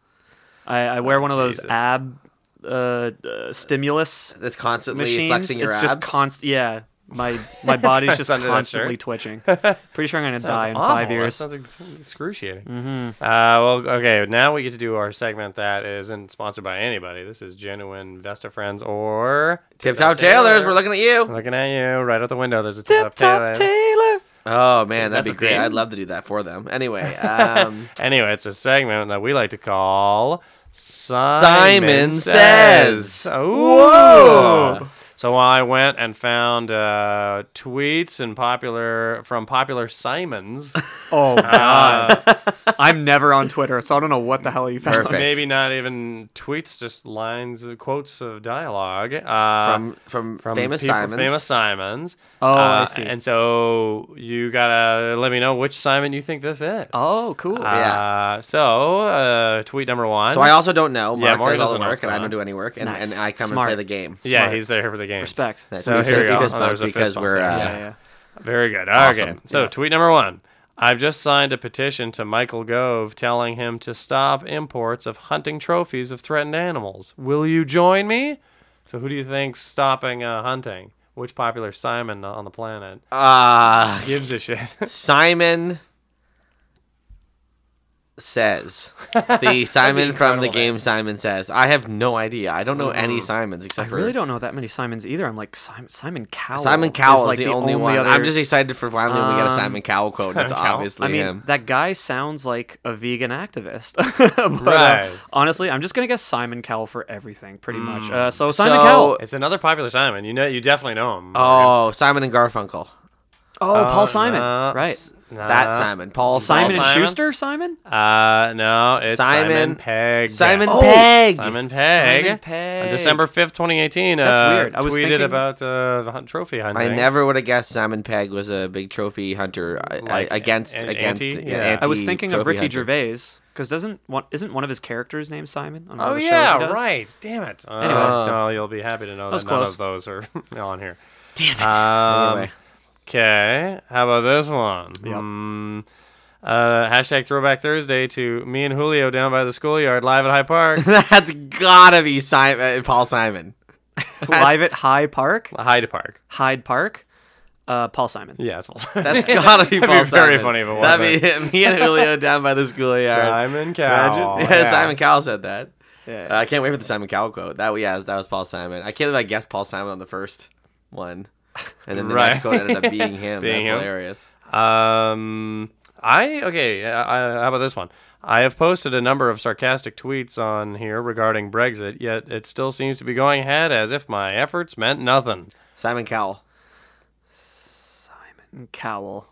Speaker 3: I, I
Speaker 4: Oh,
Speaker 3: wear one of those
Speaker 2: Jesus.
Speaker 3: ab uh, uh, stimulus
Speaker 4: That's constantly
Speaker 3: machines.
Speaker 4: flexing your
Speaker 3: it's
Speaker 4: abs.
Speaker 3: just constant. Yeah, my my body's just
Speaker 2: under that
Speaker 3: constantly
Speaker 2: shirt.
Speaker 3: twitching. Pretty sure I'm gonna
Speaker 2: Sounds
Speaker 3: die in
Speaker 2: awful.
Speaker 3: five years.
Speaker 2: That sounds ex- excruciating. Uh, well, okay. Now we get to do our segment that isn't sponsored by anybody. This is genuine Vesta friends or
Speaker 4: Tip Top Tailors, we're looking at you.
Speaker 2: looking at you right out the window. There's a tip
Speaker 3: Tip top Taylor.
Speaker 4: Oh man, that'd
Speaker 2: that
Speaker 4: be
Speaker 2: the
Speaker 4: great.
Speaker 2: thing?
Speaker 4: I'd love to do that for them. Anyway, um,
Speaker 2: Anyway, it's a segment that we like to call
Speaker 4: Simon
Speaker 2: Simon,
Speaker 4: Says.
Speaker 2: Whoa! So I went and found uh, tweets and popular from popular Simons.
Speaker 3: Oh
Speaker 4: Ah.
Speaker 3: god, I'm never on Twitter, so I don't know what the hell you found.
Speaker 4: Perfect.
Speaker 2: Maybe not even tweets, just lines, uh, quotes of dialogue uh,
Speaker 4: from from, famous
Speaker 2: people-
Speaker 4: Simons.
Speaker 2: Famous Simons.
Speaker 3: Oh, I
Speaker 2: Uh,
Speaker 3: see.
Speaker 2: And so you gotta let me know which Simon you think this is.
Speaker 3: Oh, cool.
Speaker 4: Ah.
Speaker 2: Uh, so uh, tweet number one.
Speaker 4: So I also don't know.
Speaker 2: Yeah,
Speaker 4: Mark
Speaker 2: Morgan
Speaker 4: does all the
Speaker 2: doesn't know
Speaker 4: work, and
Speaker 2: what's
Speaker 4: I
Speaker 2: going
Speaker 4: don't
Speaker 2: on.
Speaker 4: do any work, and,
Speaker 3: Nice.
Speaker 4: and I come
Speaker 3: Smart.
Speaker 4: and play the game.
Speaker 2: yeah,
Speaker 3: smart.
Speaker 2: he's there for the game.
Speaker 3: Respect.
Speaker 4: That's
Speaker 2: So
Speaker 4: what he
Speaker 2: here we
Speaker 4: says. He
Speaker 2: go.
Speaker 4: fist
Speaker 2: Oh, there
Speaker 4: bump
Speaker 2: was a fist
Speaker 4: because
Speaker 2: bump
Speaker 4: we're.
Speaker 2: there.
Speaker 4: Uh,
Speaker 3: yeah, yeah.
Speaker 2: Very good. Okay.
Speaker 4: Awesome.
Speaker 2: So tweet number one. I've just signed a petition to Michael Gove telling him to stop imports of hunting trophies of threatened animals. Will you join me? So who do you think's stopping uh, hunting? Which popular Simon on the planet
Speaker 4: Uh,
Speaker 2: gives a shit?
Speaker 4: Simon. Says the Simon from the
Speaker 2: incredible
Speaker 4: game Simon Says. I have no idea. I don't know any Simons except
Speaker 3: Mm-hmm. I
Speaker 4: for
Speaker 3: really don't know that many Simons either. I'm like Simon Simon Cowell.
Speaker 4: Simon
Speaker 3: is,
Speaker 4: Cowell is,
Speaker 3: like,
Speaker 4: the, only, one.
Speaker 3: other-
Speaker 4: I'm just excited for finally when we get a
Speaker 3: Um,
Speaker 4: Simon Cowell quote. That's
Speaker 2: Simon Cowell?
Speaker 4: obviously
Speaker 3: I mean,
Speaker 4: him.
Speaker 3: that guy sounds like a vegan activist. But, uh,
Speaker 2: Right. Hmm.
Speaker 3: honestly, I'm just gonna guess Simon Cowell for everything, pretty much. Uh, so Simon
Speaker 4: So-
Speaker 3: Cowell.
Speaker 2: It's another popular Simon. You know, you definitely know him.
Speaker 4: Oh, Simon and Garfunkel.
Speaker 3: Oh,
Speaker 2: Uh,
Speaker 3: Paul Simon.
Speaker 2: no,
Speaker 3: right.
Speaker 2: s-
Speaker 4: that
Speaker 2: no.
Speaker 4: Simon. Paul
Speaker 3: Uh, Simon and
Speaker 4: Simon.
Speaker 2: Simon?
Speaker 3: Schuster. Simon.
Speaker 2: Uh, no, it's Simon,
Speaker 4: Simon-
Speaker 2: Pegg.
Speaker 4: Simon Pegg.
Speaker 2: Simon Pegg.
Speaker 3: Oh, Simon Pegg.
Speaker 2: On December 5th, 2018.
Speaker 3: That's
Speaker 2: uh,
Speaker 3: weird. I was
Speaker 2: tweeted
Speaker 3: thinking-
Speaker 2: about uh, the hunt trophy hunting.
Speaker 4: I never would have guessed Simon Pegg was a big trophy hunter I- I-
Speaker 2: Like
Speaker 4: against
Speaker 2: an
Speaker 4: against.
Speaker 2: anti?
Speaker 4: yeah,
Speaker 2: Yeah.
Speaker 3: I was
Speaker 4: anti
Speaker 3: thinking of
Speaker 4: trophy
Speaker 3: Ricky
Speaker 4: hunter.
Speaker 3: Gervais because doesn't one isn't one of his characters named Simon? On one
Speaker 2: Oh,
Speaker 3: of the shows he
Speaker 2: yeah,
Speaker 3: does?
Speaker 2: right. Damn it. Uh,
Speaker 3: Anyway.
Speaker 2: no, you'll be happy to know
Speaker 3: was
Speaker 2: that none
Speaker 3: close.
Speaker 2: of those are on here.
Speaker 4: Damn it.
Speaker 2: Um,
Speaker 4: Anyway.
Speaker 2: okay, how about this one? Mm, uh, hashtag Throwback Thursday to me and Julio down by the schoolyard live at High Park.
Speaker 4: That's gotta be Simon, Paul Simon.
Speaker 3: Live at High Park,
Speaker 2: Hyde Park.
Speaker 3: Hyde Park. Uh, Paul Simon.
Speaker 2: Yeah, it's Paul
Speaker 4: That's gotta be
Speaker 2: That'd be
Speaker 4: Paul Simon.
Speaker 2: very funny if it
Speaker 4: That'd be him, me and Julio down by the schoolyard.
Speaker 2: Simon Oh,
Speaker 4: Imagine,
Speaker 2: Cowell.
Speaker 4: yeah, Simon Cowell said that.
Speaker 3: Yeah.
Speaker 4: Uh, I can't wait for the Simon Cowell quote. That yeah, that was Paul Simon. I can't believe I guessed Paul Simon on the first one, and then the
Speaker 2: Right.
Speaker 4: next quote ended up being him.
Speaker 2: Being
Speaker 4: That's
Speaker 2: him.
Speaker 4: hilarious.
Speaker 2: Um, I okay. uh, I, how about this one? I have posted a number of sarcastic tweets on here regarding Brexit, yet it still seems to be going ahead as if my efforts meant nothing.
Speaker 4: Simon Cowell.
Speaker 3: Simon Cowell.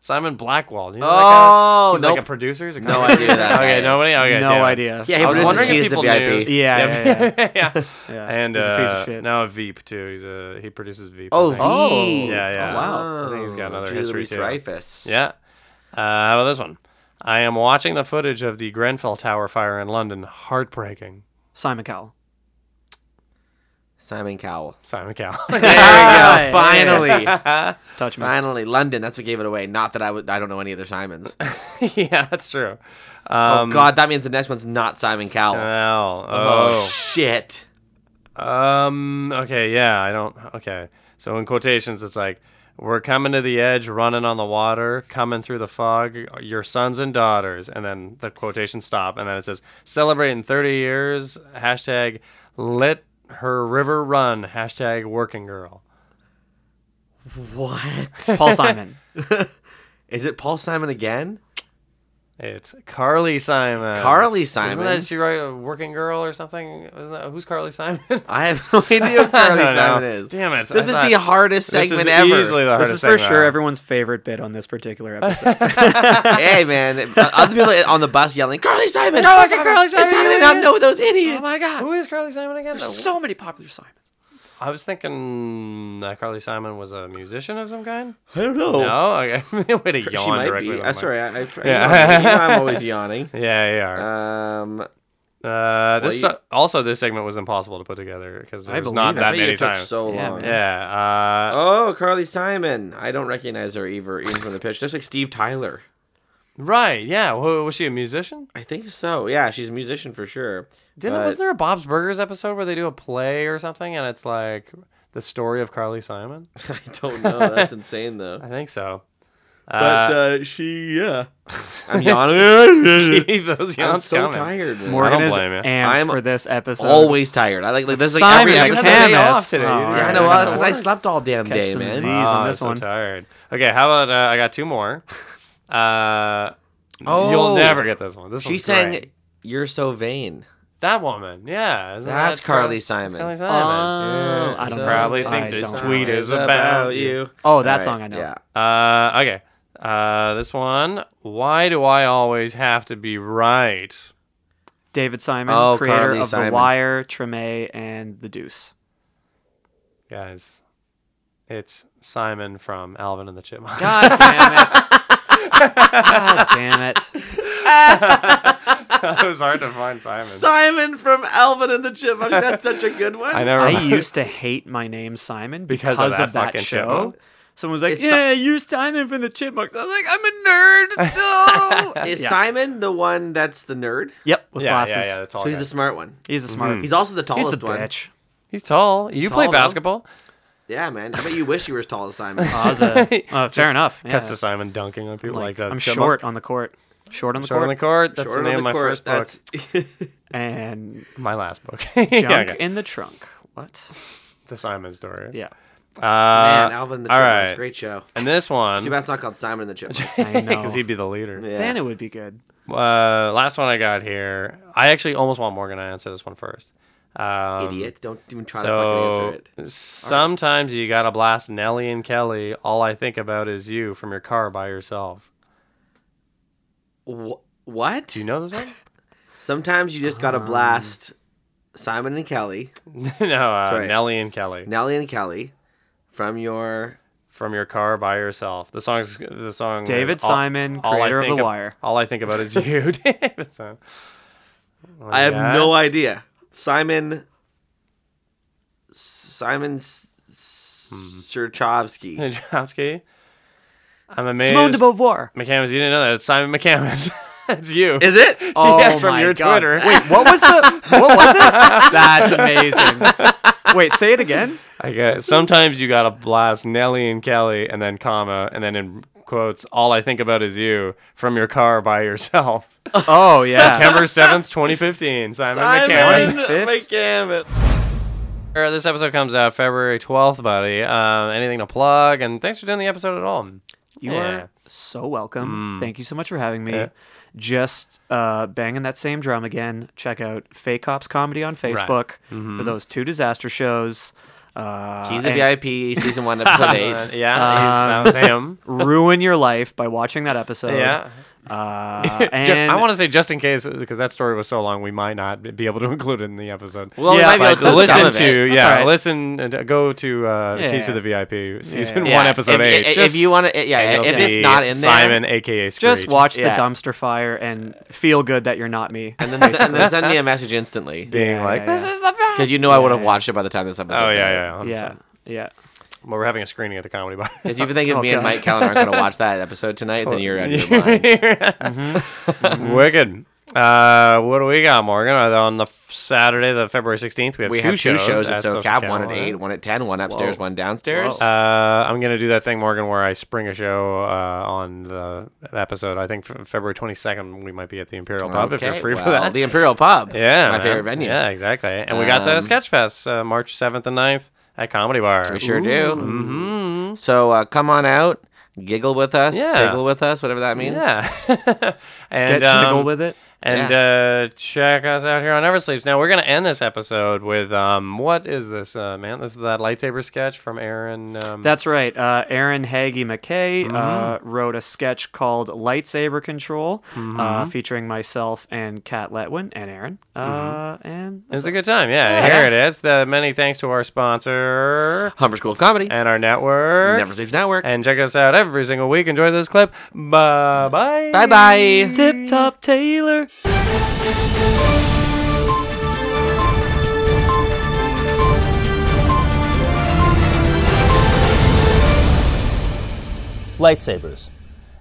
Speaker 2: Simon Blackwall. You know
Speaker 4: Oh,
Speaker 2: that guy? he's like
Speaker 4: nope.
Speaker 2: a producer. He's a
Speaker 4: No
Speaker 2: comedy-
Speaker 4: idea who that
Speaker 2: okay,
Speaker 4: guy is.
Speaker 2: nobody. Okay,
Speaker 3: no
Speaker 2: damn it.
Speaker 3: idea.
Speaker 4: Yeah, he
Speaker 2: I was
Speaker 4: produces
Speaker 2: wondering
Speaker 4: keys
Speaker 2: if
Speaker 4: to
Speaker 2: people
Speaker 4: VIP.
Speaker 2: knew.
Speaker 3: Yeah, yeah,
Speaker 2: yeah.
Speaker 3: Yeah,
Speaker 2: And
Speaker 3: he's
Speaker 2: uh,
Speaker 3: a piece of shit.
Speaker 2: now a Veep too. He's a he produces Veep. I
Speaker 4: Oh,
Speaker 2: think.
Speaker 3: Oh.
Speaker 4: V.
Speaker 2: Yeah, yeah.
Speaker 4: Oh, wow.
Speaker 2: I think he's got another
Speaker 4: Julie
Speaker 2: history, too.
Speaker 4: Dreyfus.
Speaker 2: Yeah. Uh, how about this one? I am watching the footage of the Grenfell Tower fire in London. Heartbreaking.
Speaker 3: Simon Cowell.
Speaker 4: Simon Cowell.
Speaker 2: Simon Cowell.
Speaker 4: There we go. Finally,
Speaker 3: Touch me.
Speaker 4: finally, London. That's what gave it away. Not that I would. I don't know any other Simons.
Speaker 2: yeah, that's true.
Speaker 4: Oh
Speaker 2: Um,
Speaker 4: God, that means the next one's not Simon Cowell.
Speaker 2: well,
Speaker 4: oh
Speaker 2: oh.
Speaker 4: shit.
Speaker 2: Um. Okay. Yeah. I don't. Okay. So in quotations, it's like, "We're coming to the edge, running on the water, coming through the fog. Your sons and daughters." And then the quotations stop, and then it says, "Celebrating 30 years." Hashtag let her river run. Hashtag working girl.
Speaker 4: What?
Speaker 3: Paul Simon.
Speaker 4: Is it Paul Simon again?
Speaker 2: It's Carly Simon. Uh,
Speaker 4: Carly
Speaker 2: Isn't
Speaker 4: Simon.
Speaker 2: that she write a working girl or something? Isn't that, who's Carly Simon?
Speaker 4: I have no idea who Carly
Speaker 2: I don't
Speaker 4: Simon
Speaker 2: know.
Speaker 4: is.
Speaker 2: Damn it! I
Speaker 4: This is
Speaker 2: thought-
Speaker 4: the hardest
Speaker 2: this is
Speaker 4: segment ever.
Speaker 2: Easily the hardest
Speaker 3: This is for
Speaker 2: segment
Speaker 3: sure
Speaker 2: ever.
Speaker 3: everyone's favorite bit on this particular episode.
Speaker 4: hey man, uh, other people on the bus yelling, "Carly Simon! Carly
Speaker 2: Simon! Carly Simon! Oh
Speaker 4: How do they not know those idiots?
Speaker 2: Who is Carly Simon again?
Speaker 3: so many popular Simons.
Speaker 2: I was thinking that Carly Simon was a musician of some kind.
Speaker 4: I don't know.
Speaker 2: No, okay. way to
Speaker 4: Oh. she
Speaker 2: yawn
Speaker 4: might
Speaker 2: directly.
Speaker 4: be.
Speaker 2: with
Speaker 4: I'm
Speaker 2: the
Speaker 4: sorry. I, I,
Speaker 2: Yeah.
Speaker 4: you know, I'm always yawning.
Speaker 2: mic. Yeah, you are.
Speaker 4: Um,
Speaker 2: Uh, this
Speaker 4: well, you-
Speaker 2: also this segment was impossible to put together because
Speaker 3: I
Speaker 2: there was
Speaker 3: believe
Speaker 2: not
Speaker 3: it.
Speaker 2: that
Speaker 4: I think
Speaker 2: many
Speaker 4: it took
Speaker 2: times.
Speaker 4: so
Speaker 3: Yeah,
Speaker 4: long.
Speaker 2: yeah. Uh,
Speaker 4: Oh, Carly Simon. I don't recognize her either, even from the pitch. Just like Steve Tyler.
Speaker 2: Right. Yeah. Wa- was she a musician?
Speaker 4: I think so. Yeah, she's a musician for sure.
Speaker 2: Didn't
Speaker 4: But-
Speaker 2: wasn't there a Bob's Burgers episode where they do a play or something and it's like the story of Carly Simon?
Speaker 4: I don't know. That's insane though.
Speaker 2: I think so.
Speaker 4: But
Speaker 2: Uh,
Speaker 4: uh, she, yeah. I'm yawning.
Speaker 2: gee, those
Speaker 4: I'm
Speaker 2: yawns
Speaker 4: so
Speaker 2: coming.
Speaker 4: tired. Man.
Speaker 3: Morgan uh, is
Speaker 2: blame you.
Speaker 3: amped
Speaker 4: I'm
Speaker 3: for this episode.
Speaker 4: always tired. I like, like this is like
Speaker 3: Simon,
Speaker 4: every
Speaker 3: you
Speaker 4: episode.
Speaker 2: had a day
Speaker 3: Yes.
Speaker 2: off today.
Speaker 3: Oh,
Speaker 2: You
Speaker 3: all
Speaker 2: didn't
Speaker 4: Yeah, I
Speaker 2: have
Speaker 4: know.
Speaker 2: to
Speaker 4: Well,
Speaker 2: go
Speaker 4: that's
Speaker 2: to
Speaker 4: 'cause I
Speaker 2: work.
Speaker 4: slept all damn
Speaker 3: Catch
Speaker 4: day,
Speaker 3: some
Speaker 4: man.
Speaker 3: Z's on
Speaker 2: Ah,
Speaker 3: this
Speaker 2: so
Speaker 3: one.
Speaker 2: tired. Okay, how about uh, I got two more. Uh,
Speaker 4: Oh.
Speaker 2: you'll never get this one. This
Speaker 4: She
Speaker 2: one's
Speaker 4: sang
Speaker 2: great.
Speaker 4: "You're So Vain."
Speaker 2: that woman. Yeah, isn't
Speaker 4: That's
Speaker 2: that Car-
Speaker 4: Carly
Speaker 2: that's
Speaker 4: Simon.
Speaker 2: Carly Simon.
Speaker 3: Oh,
Speaker 2: Yeah,
Speaker 3: I don't
Speaker 2: so
Speaker 3: know.
Speaker 2: probably
Speaker 3: I
Speaker 2: think
Speaker 3: don't
Speaker 2: this
Speaker 3: know.
Speaker 2: tweet is about you.
Speaker 3: Oh, that song I know.
Speaker 4: Yeah.
Speaker 2: Uh, okay. Uh, this one. Why do I always have to be right?
Speaker 3: David Simon,
Speaker 4: Oh,
Speaker 3: creator
Speaker 4: Carly
Speaker 3: of
Speaker 4: Simon.
Speaker 3: The Wire, Treme, and The Deuce.
Speaker 2: Guys, it's Simon from Alvin and the Chipmunks.
Speaker 3: God damn it. God damn it.
Speaker 2: it was hard to find Simon.
Speaker 4: Simon from Alvin and the Chipmunks. That's such a good one.
Speaker 2: I never.
Speaker 3: I used to hate my name Simon
Speaker 2: Because
Speaker 3: because,
Speaker 2: of that
Speaker 3: of that,
Speaker 2: fucking
Speaker 3: show.
Speaker 2: chipmunk?
Speaker 3: Someone was like,
Speaker 4: It's Si-
Speaker 3: "Yeah, you're Simon from the Chipmunks." I was like, "I'm a nerd." No.
Speaker 4: Is
Speaker 3: Yeah.
Speaker 4: Simon the one that's the nerd?
Speaker 3: yep, with
Speaker 2: yeah,
Speaker 3: glasses.
Speaker 2: yeah, yeah. Mm-hmm. The tall
Speaker 4: So he's
Speaker 2: guy. Hmm.
Speaker 4: the smart one.
Speaker 3: He's a smart.
Speaker 4: He's also the
Speaker 3: He's
Speaker 4: tallest
Speaker 3: the
Speaker 4: one.
Speaker 3: bitch.
Speaker 2: He's tall. you play
Speaker 4: tall, though.
Speaker 2: basketball.
Speaker 4: Yeah, man. I bet you wish you were as tall as Simon.
Speaker 3: Oz, uh, uh, fair enough. Yeah.
Speaker 2: Cuts to Simon dunking on people
Speaker 3: like,
Speaker 2: like, that.
Speaker 3: I'm short on the court. Short on the
Speaker 2: Short on the
Speaker 3: court
Speaker 2: court. That's
Speaker 4: Short
Speaker 2: the name
Speaker 4: on
Speaker 2: of my
Speaker 4: court,
Speaker 2: first book.
Speaker 4: that's-
Speaker 3: and
Speaker 2: My last book.
Speaker 3: junk
Speaker 2: yeah, okay.
Speaker 3: in the trunk. What?
Speaker 2: The Simon story.
Speaker 3: Yeah,
Speaker 2: Uh,
Speaker 4: Man, Alvin and the
Speaker 2: all
Speaker 4: Chipmunks,
Speaker 2: right.
Speaker 4: great show.
Speaker 2: And this one,
Speaker 4: Too bad it's not called Simon and the Chipmunks.
Speaker 3: I know.
Speaker 2: because he'd be the leader.
Speaker 4: Yeah.
Speaker 3: Then it would be good.
Speaker 2: Uh, last one I got here. I actually almost want Morgan to answer this one first. Um,
Speaker 4: Idiot! Don't even try to fucking
Speaker 2: So
Speaker 4: answer it.
Speaker 2: sometimes you gotta blast Nelly and Kelly. All I think about is you from your car by yourself.
Speaker 4: Wh- what?
Speaker 2: Do you know this one?
Speaker 4: Sometimes you just gotta blast Simon and Kelly,
Speaker 2: no, uh,
Speaker 4: Sorry.
Speaker 2: Nelly and Kelly
Speaker 4: Nelly and Kelly, from your.
Speaker 2: from your car by yourself. The song's the song. is
Speaker 3: David
Speaker 2: all-
Speaker 3: Simon,
Speaker 2: all I
Speaker 3: creator of
Speaker 2: think
Speaker 3: The Wire.
Speaker 2: All I think about is you, David Simon. Well,
Speaker 4: I have
Speaker 2: Oh, yeah.
Speaker 4: no idea. Simon. Simon S-
Speaker 2: Hmm.
Speaker 4: Serchovsky.
Speaker 2: Jodorowsky. I'm amazed.
Speaker 3: Simone de Beauvoir.
Speaker 2: McCamus, you didn't know that. It's Simon McCamus. That's you.
Speaker 4: Is it?
Speaker 3: Oh
Speaker 2: Yes, from
Speaker 3: my
Speaker 2: your
Speaker 3: God.
Speaker 2: Twitter.
Speaker 3: Wait, what was the? What was it? That's amazing. Wait, say it again.
Speaker 2: I guess sometimes you gotta blast Nelly and Kelly, and then comma, and then in quotes, all I think about is you from your car by yourself.
Speaker 3: Oh yeah.
Speaker 2: September seventh, twenty fifteen. Simon, McCamus.
Speaker 4: McCamus.
Speaker 2: Er, This episode comes out February twelfth, buddy. Um, anything to plug? And thanks for doing the episode at all. Yeah.
Speaker 3: You
Speaker 2: Mm.
Speaker 3: are so welcome. Thank you so much for having me. Just uh, banging that same drum again. Check out Fake Cops Comedy on Facebook
Speaker 2: Mm-hmm.
Speaker 3: for those two disaster shows. Uh,
Speaker 4: He's the
Speaker 3: and
Speaker 4: VIP season one episode
Speaker 2: Uh,
Speaker 4: eight.
Speaker 2: yeah, he's- that was him.
Speaker 3: Ruin your life by watching that episode.
Speaker 2: Yeah.
Speaker 3: Uh,
Speaker 2: Ju-
Speaker 3: and
Speaker 2: I want to say just in case because that story was so long, we might not be able to include it in the episode.
Speaker 4: Well,
Speaker 3: Yeah,
Speaker 4: we might
Speaker 2: But
Speaker 4: be able to clip some
Speaker 2: listen
Speaker 4: of
Speaker 2: to
Speaker 4: it.
Speaker 2: yeah,
Speaker 3: all right.
Speaker 2: listen and uh, go to uh,
Speaker 3: Yeah.
Speaker 2: Keys to the VIP season
Speaker 4: Yeah,
Speaker 2: one episode
Speaker 4: if,
Speaker 2: eight.
Speaker 4: If,
Speaker 2: Just-
Speaker 4: if you want to, yeah,
Speaker 2: and you'll
Speaker 4: if it's
Speaker 2: see
Speaker 4: not in there,
Speaker 2: Simon, aka Screech.
Speaker 3: just watch
Speaker 4: Yeah.
Speaker 3: the dumpster fire and feel good that you're not me.
Speaker 4: and then, and then send me a message instantly
Speaker 2: being
Speaker 3: Yeah,
Speaker 2: like
Speaker 3: yeah,
Speaker 2: this
Speaker 3: yeah.
Speaker 2: is the best.
Speaker 4: because you know I would have
Speaker 3: Yeah.
Speaker 4: watched it by the time this episode.
Speaker 2: Oh yeah, yeah,
Speaker 3: yeah, yeah.
Speaker 2: But we're having a screening at the comedy bar.
Speaker 4: Because if you think if
Speaker 3: Oh,
Speaker 4: me
Speaker 3: God.
Speaker 4: and Mike Callan aren't going to watch that episode tonight, then you're out of your mind.
Speaker 2: Mm-hmm.
Speaker 4: Mm-hmm.
Speaker 2: Wicked. Uh, what do we got, Morgan? Uh, On the f- Saturday, the February sixteenth, we have
Speaker 4: We
Speaker 2: two
Speaker 4: have two shows at
Speaker 2: Social
Speaker 4: SoCal, one at
Speaker 2: Capital,
Speaker 4: eight,
Speaker 2: right?
Speaker 4: one at ten, one upstairs, one downstairs.
Speaker 2: Uh, I'm gonna do that thing, Morgan, where I spring a show uh, on the episode. I think f- February 22nd, we might be at the Imperial Pub if
Speaker 4: Okay,
Speaker 2: you're free for
Speaker 4: well,
Speaker 2: that.
Speaker 4: The Imperial Pub.
Speaker 2: yeah,
Speaker 4: my
Speaker 2: man.
Speaker 4: favorite venue.
Speaker 2: Yeah, exactly. And we got the
Speaker 4: Um,
Speaker 2: Sketch Fest uh, March 7th and 9th at Comedy Bar.
Speaker 4: We sure do. Mm-hmm. So uh, come on out, giggle with us,
Speaker 2: Yeah.
Speaker 4: giggle with us, whatever that means.
Speaker 2: Yeah. and
Speaker 3: Get jiggle
Speaker 2: um,
Speaker 3: with it.
Speaker 2: And uh, check us out here on Never Sleeps. Now we're gonna end this episode with um, what is this, uh, man? This is that lightsaber sketch from Aaron.
Speaker 6: Mm-hmm.
Speaker 2: Um,
Speaker 3: That's right. Uh, Aaron Hagee McKay uh, wrote a sketch called Lightsaber Control, uh,
Speaker 6: Mm-hmm.
Speaker 3: featuring myself and Kat Letwin and Aaron. Uh,
Speaker 6: Mm-hmm.
Speaker 3: and
Speaker 2: it's a good time. Yeah, here it is. The many thanks to our sponsor
Speaker 4: Humber School of Comedy,
Speaker 2: and our network.
Speaker 4: Never Sleeps Network.
Speaker 2: and check us out every single week. Enjoy this clip. Bye bye.
Speaker 4: Bye bye.
Speaker 3: Tip Top Taylor.
Speaker 7: lightsabers.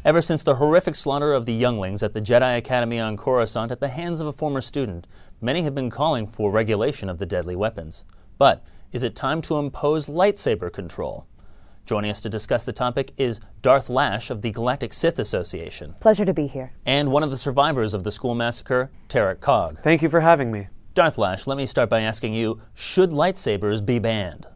Speaker 7: Ever since the horrific slaughter of the younglings at the Jedi Academy on Coruscant at the hands of a former student, many have been calling for regulation of the deadly weapons. But is it time to impose lightsaber control? Joining us to discuss the topic is Darth Lash of the Galactic Sith Association
Speaker 8: Pleasure to be here.
Speaker 7: and one of the survivors of the school massacre, Tarek Cog.
Speaker 3: Thank you for having me.
Speaker 7: Darth Lash, let me start by asking you should lightsabers be banned?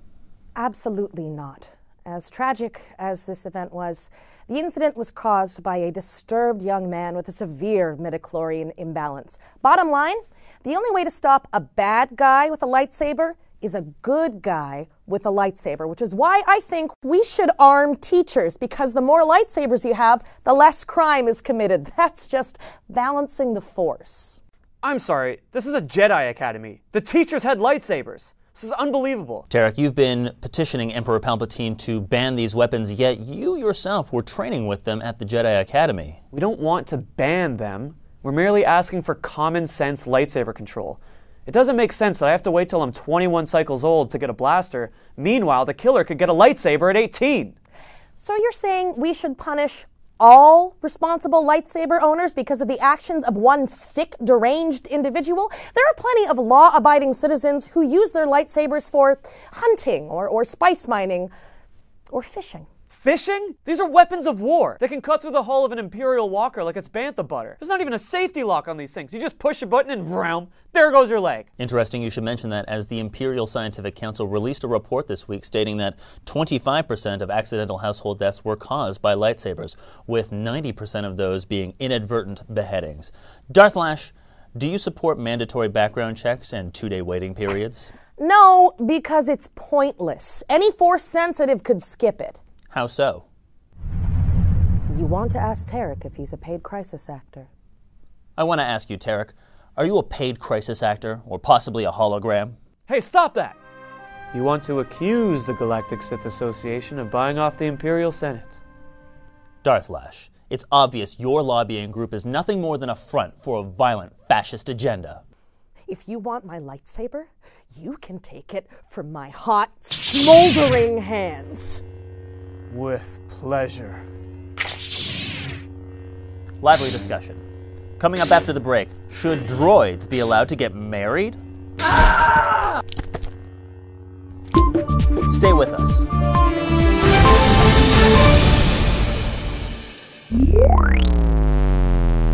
Speaker 8: Absolutely not. As tragic as this event was, the incident was caused by a disturbed young man with a severe midichlorian imbalance. Bottom line, the only way to stop a bad guy with a lightsaber is a good guy with a lightsaber, which is why I think we should arm teachers because the more lightsabers you have, the less crime is committed. That's just balancing the force.
Speaker 6: I'm sorry, this is a Jedi Academy. The teachers had lightsabers. This is unbelievable.
Speaker 7: Tarek, you've been petitioning Emperor Palpatine to ban these weapons, yet you yourself were training with them at the Jedi Academy.
Speaker 6: We don't want to ban them. We're merely asking for common sense lightsaber control. It doesn't make sense that I have to wait till I'm 21 cycles old to get a blaster. Meanwhile, the killer could get a lightsaber at 18.
Speaker 8: So you're saying we should punish all responsible lightsaber owners because of the actions of one sick, deranged individual? There are plenty of law abiding citizens who use their lightsabers for hunting or, or spice mining or fishing.
Speaker 6: Fishing? These are weapons of war. They can cut through the hull of an Imperial Walker like it's bantha butter. There's not even a safety lock on these things. You just push a button and vroom, there goes your leg.
Speaker 7: Interesting you should mention that as the Imperial Scientific Council released a report this week stating that 25% of accidental household deaths were caused by lightsabers, with 90% of those being inadvertent beheadings. Darth Lash, do you support mandatory background checks and two day waiting periods?
Speaker 8: No, because it's pointless. Any force sensitive could skip it.
Speaker 7: How so?
Speaker 8: You want to ask Tarek if he's a paid crisis actor.
Speaker 7: I want to ask you, Tarek, are you a paid crisis actor or possibly a hologram?
Speaker 6: Hey, stop that! You want to accuse the Galactic Sith Association of buying off the Imperial Senate.
Speaker 7: Darth Lash, it's obvious your lobbying group is nothing more than a front for a violent fascist agenda.
Speaker 8: If you want my lightsaber, you can take it from my hot, smoldering hands.
Speaker 6: With pleasure.
Speaker 7: Lively discussion. Coming up after the break, should droids be allowed to get married? Stay with us.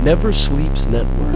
Speaker 9: Never Sleeps Network.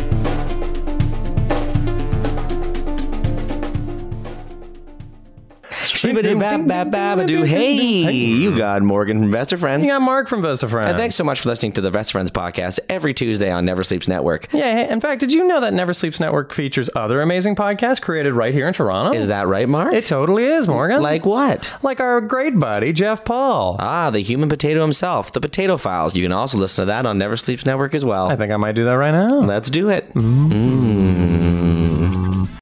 Speaker 4: Shibbity bap bap babadoo. Hey, you got Morgan from Best of Friends.
Speaker 2: Yeah, Mark from Vesta Friends.
Speaker 4: And thanks so much for listening to the Best of Friends podcast every Tuesday on Never Sleeps Network.
Speaker 2: Yeah, hey, in fact, did you know that Never Sleeps Network features other amazing podcasts created right here in Toronto?
Speaker 4: Is that right, Mark?
Speaker 2: It totally is, Morgan.
Speaker 4: like what?
Speaker 2: like our great buddy Jeff Paul.
Speaker 4: Ah, the human potato himself, the Potato Files. You can also listen to that on Never Sleeps Network as well.
Speaker 2: I think I might do that right now.
Speaker 4: Let's do it.
Speaker 2: Mm-hmm.
Speaker 4: Mm.